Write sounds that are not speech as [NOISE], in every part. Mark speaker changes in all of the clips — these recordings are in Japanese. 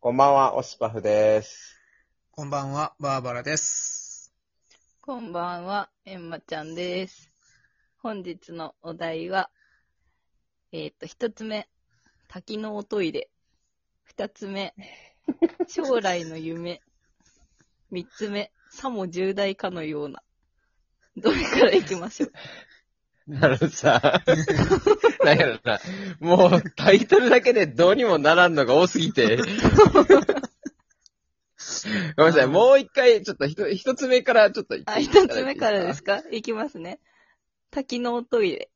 Speaker 1: こんばんは、オスパフです。
Speaker 2: こんばんは、バーバラです。
Speaker 3: こんばんは、えんまちゃんです。本日のお題は、えっ、と、一つ目、多機能トイレ。二つ目、将来の夢。三つ目、さも重大かのような。どれからいきましょう。
Speaker 1: あのさ、なんやろな、もうタイトルだけでどうにもならんのが多すぎ [LAUGHS] て。ごめんなさい、もう一回、ちょっとひと一つ目からちょっと言って
Speaker 3: あ、
Speaker 1: いた
Speaker 3: 一
Speaker 1: だいて
Speaker 3: つ目からですかいきますね。多機能トイレ。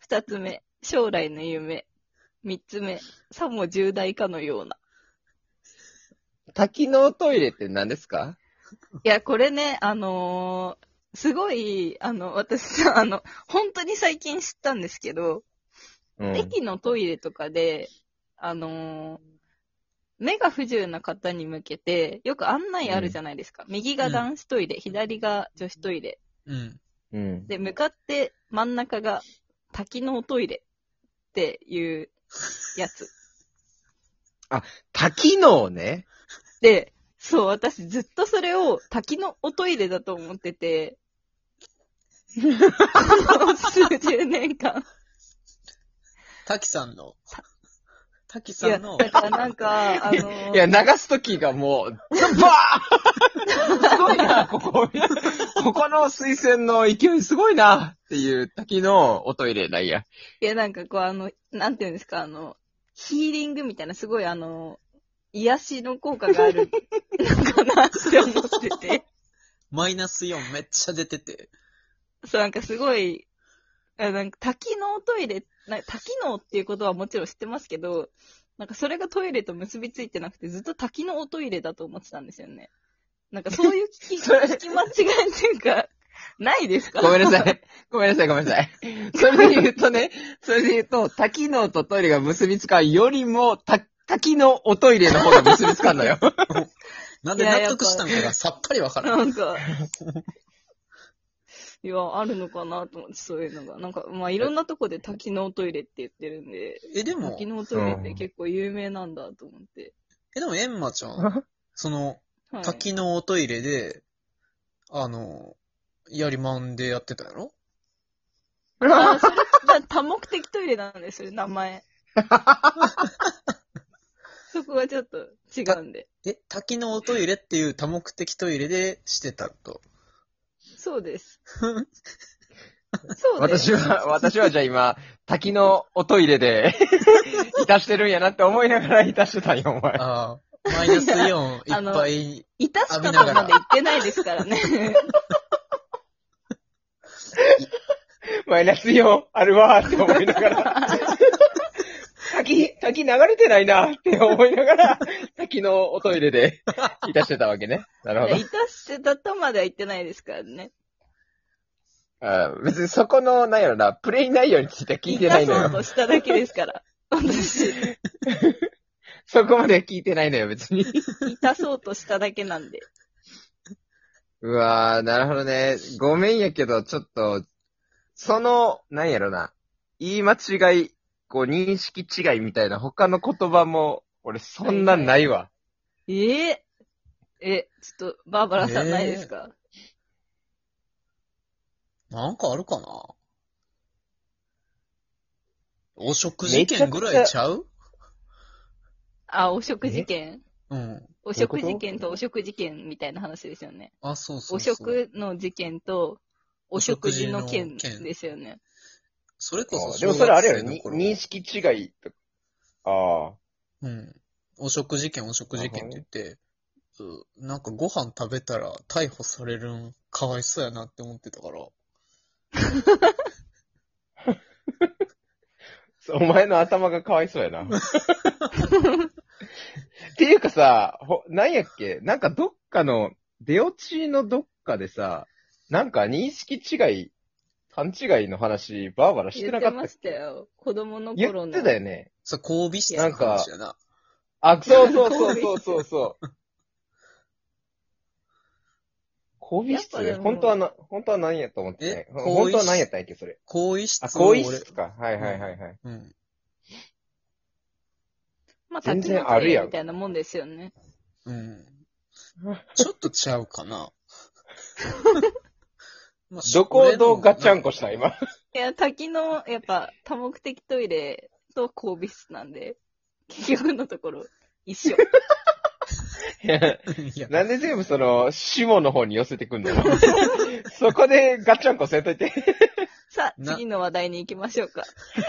Speaker 3: 二つ目、将来の夢。三つ目、さも重大かのような。
Speaker 1: 多機能トイレって何ですか
Speaker 3: いや、これね、あのーすごい、あの、私 [LAUGHS] さ、あの、本当に最近知ったんですけど、
Speaker 1: うん。
Speaker 3: 駅のトイレとかで、あのー目が不自由な方に向けて、よく案内あるじゃないですか。右が男子トイレ、左が女子トイレ。
Speaker 2: うん。
Speaker 1: うん。
Speaker 3: で、向かって真ん中が多機能トイレっていうやつ。
Speaker 1: 多機能ね。
Speaker 3: で、そう、私ずっとそれを滝のおトイレだと思ってて、 [LAUGHS] この数十年間。
Speaker 2: 滝さんの、滝
Speaker 3: い
Speaker 2: さ
Speaker 3: や、
Speaker 2: ん
Speaker 3: だ
Speaker 2: の、
Speaker 3: からなんか、あの
Speaker 1: いや、流すときがもう、バーすごいな、こ
Speaker 3: [LAUGHS]
Speaker 1: こ。ここの水薦の勢いすごいな、っていう多機能おトイレなんや。
Speaker 3: いや、なんかこう、あの、なんていうんですか、あの、ヒーリングみたいな、すごいあの、癒しの効果があるのかなって思ってて、
Speaker 2: マイナス4めっちゃ出てて。
Speaker 3: そう、なんかすごい、あなんか滝のおトイレ、なんか滝のっていうことはもちろん知ってますけど、なんかそれがトイレと結びついてなくて、ずっと滝のおトイレだと思ってたんですよね。なんかそういう聞
Speaker 1: [LAUGHS]
Speaker 3: き
Speaker 1: それ
Speaker 3: 聞き間違いっていうか、ないですか
Speaker 1: ごめんなさい。ごめんなさい、ごめんなさい。それで言うとね、それで言うと、多機能とトイレが結びつかんよりも、多多機能おトイレの方が結びつかんのよ。
Speaker 2: なんで
Speaker 3: いや
Speaker 2: 納得したのかがさっぱりわ [LAUGHS] からん。
Speaker 3: な
Speaker 1: [LAUGHS]
Speaker 3: んか、いや、あるのかなと思って、そういうのが。なんか、まあ、いろんなとこで多機能トイレって言ってるんで、
Speaker 2: え、で
Speaker 3: 多
Speaker 2: も
Speaker 3: 機、能トイレって結構有名なんだと思って。
Speaker 2: え、でもエンマちゃん、その、
Speaker 3: はい、
Speaker 2: 滝のおトイレで、あの、やりまんでやってたやろ
Speaker 3: あそれだ多目的トイレなんですよ、名前。
Speaker 1: [LAUGHS]
Speaker 3: そこがちょっと違うんで。
Speaker 2: え、滝のおトイレっていう多目的トイレでしてたと。
Speaker 3: そうです。そうです。
Speaker 1: 私は、私はじゃあ今、多機能おトイレで、 [LAUGHS] いたしてるんやなって思いながらいたしてたんよ、お前。
Speaker 2: [LAUGHS] ああ、マイナス4い [LAUGHS]
Speaker 3: あ
Speaker 2: っ
Speaker 3: の
Speaker 2: ぱい。
Speaker 3: いたしかとまで行ってないですからね。
Speaker 1: マイナス4あるわーって思いながら。滝、滝流れてないなーって思いながら、多機能おトイレで、 [LAUGHS] いたしてたわけね。なるほど
Speaker 3: い。たしてたまでは行ってないですからね。
Speaker 1: あ別にそこの、なんやろな、プレイ内容については聞いてないの
Speaker 3: たそう
Speaker 1: よ。
Speaker 3: としただけですから。私、
Speaker 1: そこまでは聞いてないのよ、別に。
Speaker 3: いたそうとしただけなんで。
Speaker 1: うわー、なるほどね。ごめんやけど、ちょっと、その、なんやろな、言い間違い、こう、認識違いみたいな他の言葉も、俺そんなんないわ。
Speaker 3: えええ、ちょっと、バーバラさんないですか、
Speaker 2: なんかあるかなお食事券ぐらいちゃう
Speaker 3: あ、お食事券
Speaker 2: うん。
Speaker 3: お食事券とお食事券みたいな話ですよね。
Speaker 2: あ、そうそう
Speaker 3: お
Speaker 2: そう。
Speaker 3: 食の事件と、お食事の件
Speaker 2: お食事の件
Speaker 3: ですよね。
Speaker 2: それこそ、
Speaker 1: でもそれあれやろ、
Speaker 2: 小学
Speaker 1: に
Speaker 2: 生の頃
Speaker 1: 認識違いとか。ああ。
Speaker 2: うん。お食事券、お食事券って言って、うんなんかご飯食べたら逮捕されるんかわいそうやなって思ってたから。
Speaker 1: そうお前の頭がかわいそうやな。っていうかさ、ほ、なんやっけなんかどっかの、出落ちのどっかでさ、なんか認識違い、勘違いの話、バーバラしてな
Speaker 3: 言っ
Speaker 1: か
Speaker 3: て
Speaker 1: った
Speaker 3: ま
Speaker 1: っ
Speaker 3: した
Speaker 1: け
Speaker 3: よ。子供の
Speaker 1: 言
Speaker 3: 頃
Speaker 1: っ
Speaker 3: の。
Speaker 1: てたよね。
Speaker 2: さ、交尾室の話やな。
Speaker 1: あ、そうそうそうそうそうそう。交尾室
Speaker 3: やっぱでも
Speaker 1: 本当はな、本当は何やと思ってない
Speaker 2: え。
Speaker 1: 本当は何やったんやっけ、それ。
Speaker 2: 更衣室
Speaker 1: あ、
Speaker 2: を
Speaker 1: 更
Speaker 2: 俺
Speaker 1: 衣室か。はいはいはいはい。
Speaker 2: うん。
Speaker 3: まあ、
Speaker 1: 全
Speaker 3: 滝の
Speaker 1: 然あるやん
Speaker 3: みたいなもんですよね。
Speaker 1: [LAUGHS]
Speaker 2: うん。ちょっとちゃうかな。 [LAUGHS] まあ
Speaker 1: どこをどうガチャンコした今。
Speaker 3: いや、滝の、やっぱ、多目的トイレと交尾室なんで、 [LAUGHS] 結局のところ、一
Speaker 2: [LAUGHS]
Speaker 3: 緒。
Speaker 1: いや
Speaker 2: いや、
Speaker 1: なんで全部その、下の [LAUGHS] 方に寄せてくんだよ。そこでガチャンコせんといて。
Speaker 3: さあ、
Speaker 2: な
Speaker 3: 次の話題に行きましょうか。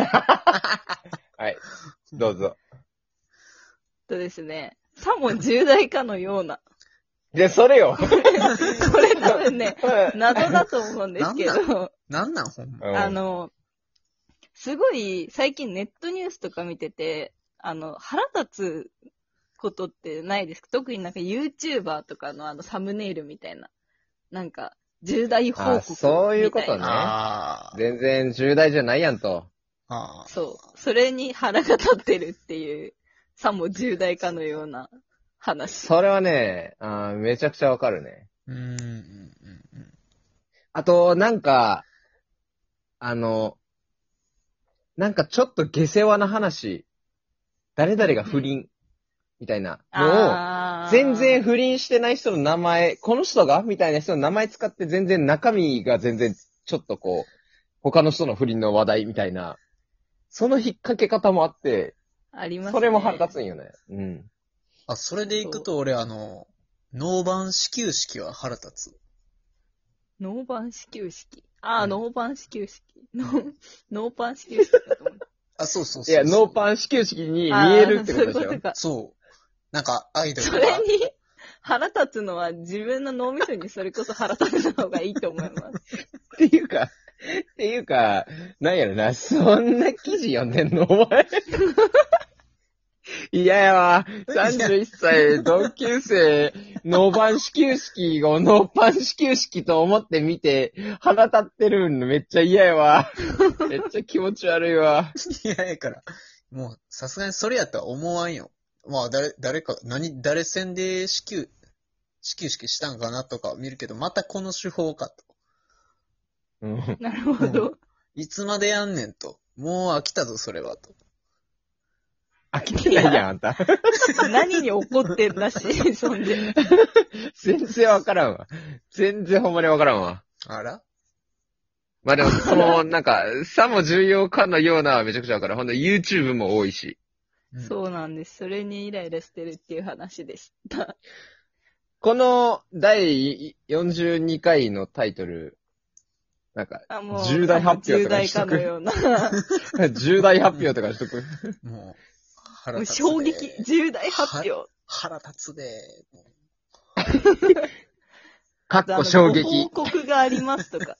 Speaker 1: はい。どうぞ。
Speaker 3: えっとですね、さも重大かのような。
Speaker 1: で、それ
Speaker 3: [LAUGHS]
Speaker 1: よ。
Speaker 3: これ多
Speaker 2: [LAUGHS]
Speaker 3: 分ね、
Speaker 1: う
Speaker 3: 謎だと思うんですけ
Speaker 2: なん
Speaker 3: ど、
Speaker 2: なんなんほんま。
Speaker 1: ん
Speaker 3: あ、の、すごい最近ネットニュースとか見てて、あの、腹立つことってないですか特になんか YouTuber とかのあのサムネイルみたいな。なんか、重大報告みたいな。
Speaker 1: あそういうことね
Speaker 2: あー
Speaker 1: 全然重大じゃないやんと。
Speaker 2: あー。
Speaker 3: そう。それに腹が立ってるっていう、さも重大かのような話。
Speaker 1: それはね、あーめちゃくちゃわかるね。
Speaker 2: うん、うん、うんうん。
Speaker 1: あと、なんか、あの、なんかちょっと下世話な話、誰々が不倫、みたいなのを、
Speaker 3: あー
Speaker 1: 全然不倫してない人の名前、この人がみたいな人の名前使って全然中身が全然ちょっとこう、他の人の不倫の話題みたいな、その引っ掛け方もあって、
Speaker 3: あります、ね。
Speaker 1: それも腹立つんよね。うん。
Speaker 2: あ、それで行くと俺、あの、ノーバン始球式は腹立つ。
Speaker 3: ノーバン始球式。ああ、
Speaker 2: うん
Speaker 3: ノーバン始球式。ノー、ノーパン始球式だと思った。
Speaker 2: あ、そうそう
Speaker 1: い
Speaker 2: そう
Speaker 1: や、ノー
Speaker 2: ン。
Speaker 1: パン始球式に見
Speaker 3: あー
Speaker 1: えるってことでし
Speaker 3: そう
Speaker 1: ょ
Speaker 3: いうことか。
Speaker 2: そう。なんか、アイドル
Speaker 3: そ
Speaker 2: が
Speaker 3: れに腹立つのは自分の脳みそにそれこそ腹立てた方がいいと思います。
Speaker 1: っていうか、っていうか、なんやろな、そんな記事読んでんのお前。いややわ。31歳、同級生、ノーバン始球式をノーパン始球式と思って見て、腹立ってるのめっちゃ嫌やわ。めっちゃ気持ち悪いわ。
Speaker 2: いや、やから、もう、さすがにそれやったら思わんよ。まあ、誰、誰か、何、誰戦で支給、支給式したんかなとか見るけど、またこの手法かと。
Speaker 1: うん
Speaker 3: [LAUGHS] なるほど。
Speaker 2: いつまでやんねんと。もう飽きたぞ、それはと。
Speaker 1: 飽きてないやん、あんた。
Speaker 3: 何に怒ってんだし、そんで。 [LAUGHS]
Speaker 1: 全然わからんわ。全然ほんまにわからんわ。
Speaker 2: あら
Speaker 1: まあでも、その、なんか、さも重要かのようなめちゃくちゃわからん。ほんと YouTube も多いし。
Speaker 2: うん。
Speaker 3: そうなんです。それにイライラしてるっていう話でした。
Speaker 1: この第42回のタイトル、なんか、 [LAUGHS]
Speaker 3: あもう
Speaker 1: 重大発表
Speaker 3: 重
Speaker 1: とか
Speaker 3: 大
Speaker 1: しと
Speaker 3: か
Speaker 1: く
Speaker 3: のような。
Speaker 1: 重大発表とかし
Speaker 3: [LAUGHS]
Speaker 1: とく。
Speaker 2: もう、
Speaker 3: も
Speaker 1: [LAUGHS]
Speaker 2: 腹
Speaker 3: う
Speaker 2: 立つで。
Speaker 3: 衝撃、重大発表。
Speaker 2: 腹立つで。
Speaker 1: かっこ衝撃。
Speaker 3: ご報告があります
Speaker 1: [LAUGHS]
Speaker 3: とか。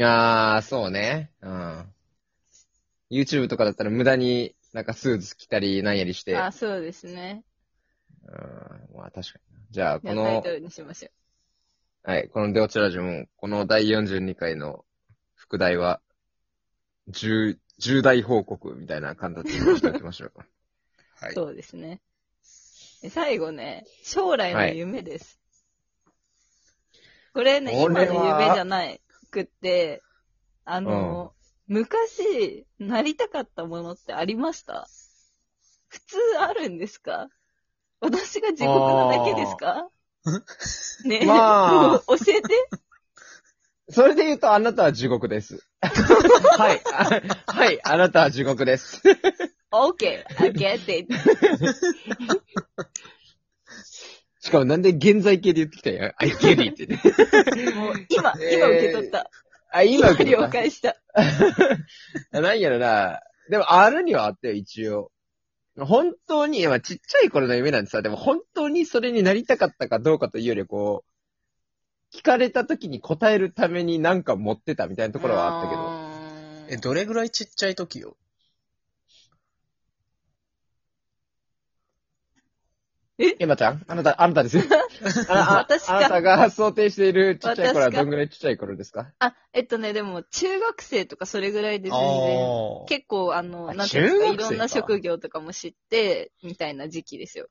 Speaker 1: あー、そうね。うん。YouTube とかだったら無駄になんかスーツ着たりなんやりして。うん。
Speaker 3: あ、そうですね。
Speaker 1: まあ確かに。じゃあ、
Speaker 3: じゃ
Speaker 1: こ
Speaker 3: あタイ
Speaker 1: の
Speaker 3: ト、ルにしましょう。
Speaker 1: はい、このデオチラジも、この第42回の副題は、重、重大報告みたいな感じでしておきましょう。
Speaker 2: はい。
Speaker 3: そうですね。で最後ね、将来の夢です。これね、
Speaker 1: こ
Speaker 3: 今
Speaker 1: れは
Speaker 3: の夢じゃないくって、あの、昔、なりたかったものってありました普通あるんですか私が地獄なだけですかねえ、
Speaker 1: まあ
Speaker 3: [LAUGHS] 教えて。
Speaker 1: それで言うと、あなたは地獄です。 [LAUGHS] はい。あはい、あなたは地獄です。
Speaker 3: OK, I
Speaker 1: [LAUGHS]
Speaker 3: get it.
Speaker 1: しかもなんで現在形で言ってきたんや。I get it ってね。
Speaker 3: もう今、
Speaker 1: えー
Speaker 3: 今受け取った。
Speaker 1: あ、今受け
Speaker 3: 了
Speaker 1: た。
Speaker 3: 解した。
Speaker 1: なんやろな。でも、あるにはあったよ、一応。本当に、まあ、ちっちゃい頃の夢なんてさ、でも本当にそれになりたかったかどうかというよりは、こう、聞かれた時に答えるためになんか持ってたみたいなところはあったけど。
Speaker 3: あった
Speaker 2: え、どれぐらいちっちゃい時よ。
Speaker 1: エマちゃんあなた、あなたですよ。あ [LAUGHS] あ
Speaker 3: 私か
Speaker 1: あなたが想定しているちっちゃい頃はどんぐらいちっちゃい頃ですか
Speaker 3: あ、えっとね、でも、中学生とかそれぐらいで
Speaker 2: あ
Speaker 3: 全然、
Speaker 2: ー
Speaker 3: 結構、あの、
Speaker 1: あ
Speaker 3: なんていうんですか、い
Speaker 1: 中学生
Speaker 3: ろ
Speaker 1: か
Speaker 3: んな職業とかも知って、みたいな時期ですよ。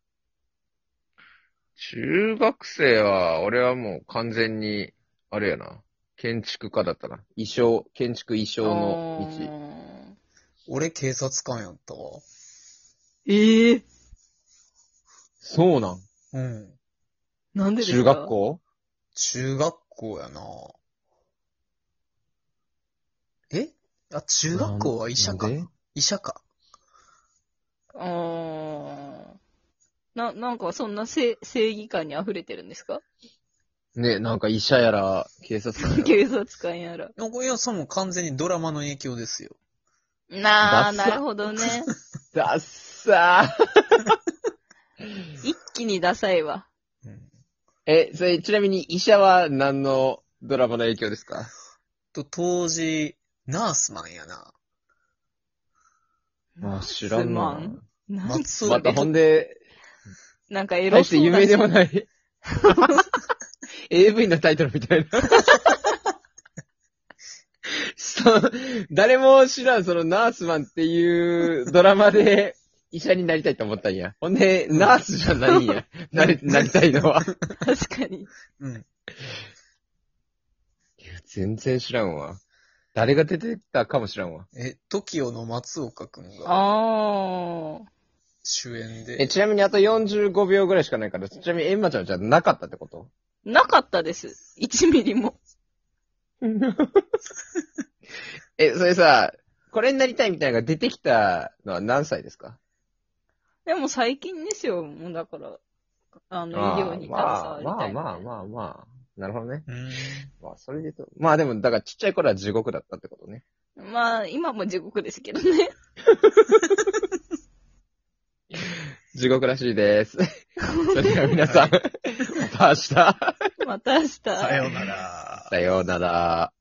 Speaker 1: 中学生は、俺はもう完全に、あれやな、建築家だったな。衣装、建築衣装の道。
Speaker 3: うーん
Speaker 2: 俺警察官やったわ。
Speaker 3: ええ
Speaker 1: そうなん
Speaker 2: うん。
Speaker 3: なんでですか
Speaker 1: 中学校
Speaker 2: 中学校やなえあ、中学校は医者か
Speaker 1: な。んで
Speaker 2: 医者か。
Speaker 3: あーな、なんかそんな正正義感に溢れてるんですか
Speaker 1: ね、なんか医者やら、警察官やら。
Speaker 3: 警察官やら。
Speaker 2: なんかいや、それも完全にドラマの影響ですよ。
Speaker 3: な
Speaker 1: ダ
Speaker 3: あ、な
Speaker 1: サ
Speaker 3: るほど
Speaker 1: [LAUGHS]
Speaker 3: ね。
Speaker 1: ダッサー。
Speaker 3: 一気にダサいわ。
Speaker 2: うん。
Speaker 1: え、それ、ちなみに医者は何のドラマの影響ですか
Speaker 2: と、当時、ナースマンやな。
Speaker 1: あ、知らん
Speaker 3: ナースマ
Speaker 1: な
Speaker 3: ン。なん
Speaker 2: 松
Speaker 1: ま
Speaker 2: 尾
Speaker 1: たほんで、
Speaker 3: なんかエロ
Speaker 1: 大し
Speaker 3: そ
Speaker 1: て
Speaker 3: う
Speaker 1: 有
Speaker 3: だ
Speaker 1: 名
Speaker 3: し
Speaker 1: でもない。AV のタイトルみたいな。そう、誰も知らん、そのナースマンっていうドラマで医者になりたいと思ったんや。ほんで、ナースじゃないん [LAUGHS] や。なり、なりたいのは。
Speaker 3: 確かに。
Speaker 2: うん。
Speaker 1: 全然知らんわ。誰が出てたかも知らんわ。
Speaker 2: え、TOKIO の松岡くんが
Speaker 3: ああ。
Speaker 2: 主演
Speaker 1: え、
Speaker 2: で。
Speaker 1: ちなみにあと45秒ぐらいしかないから、ちなみにエンマちゃんじゃなかったってこと
Speaker 3: なかったです。1ミリも。
Speaker 1: [LAUGHS] え、それさ、これになりたいみたいなのが出てきたのは何歳ですか
Speaker 3: でも最近ですよ。もうだから、あの、医療に携わり
Speaker 1: ま
Speaker 3: た
Speaker 1: あ
Speaker 3: い。
Speaker 1: まあまあまあまあ。なるほどね。
Speaker 2: うん。
Speaker 1: まあ、それで言うと。まあでも、だからちっちゃい頃は地獄だったってことね。
Speaker 3: まあ、今も地獄ですけどね。 [LAUGHS]
Speaker 1: 地獄らしい
Speaker 3: [LAUGHS]
Speaker 1: です。それでは皆さん、また明日。
Speaker 3: また明日。
Speaker 2: さようなら。
Speaker 1: さようなら。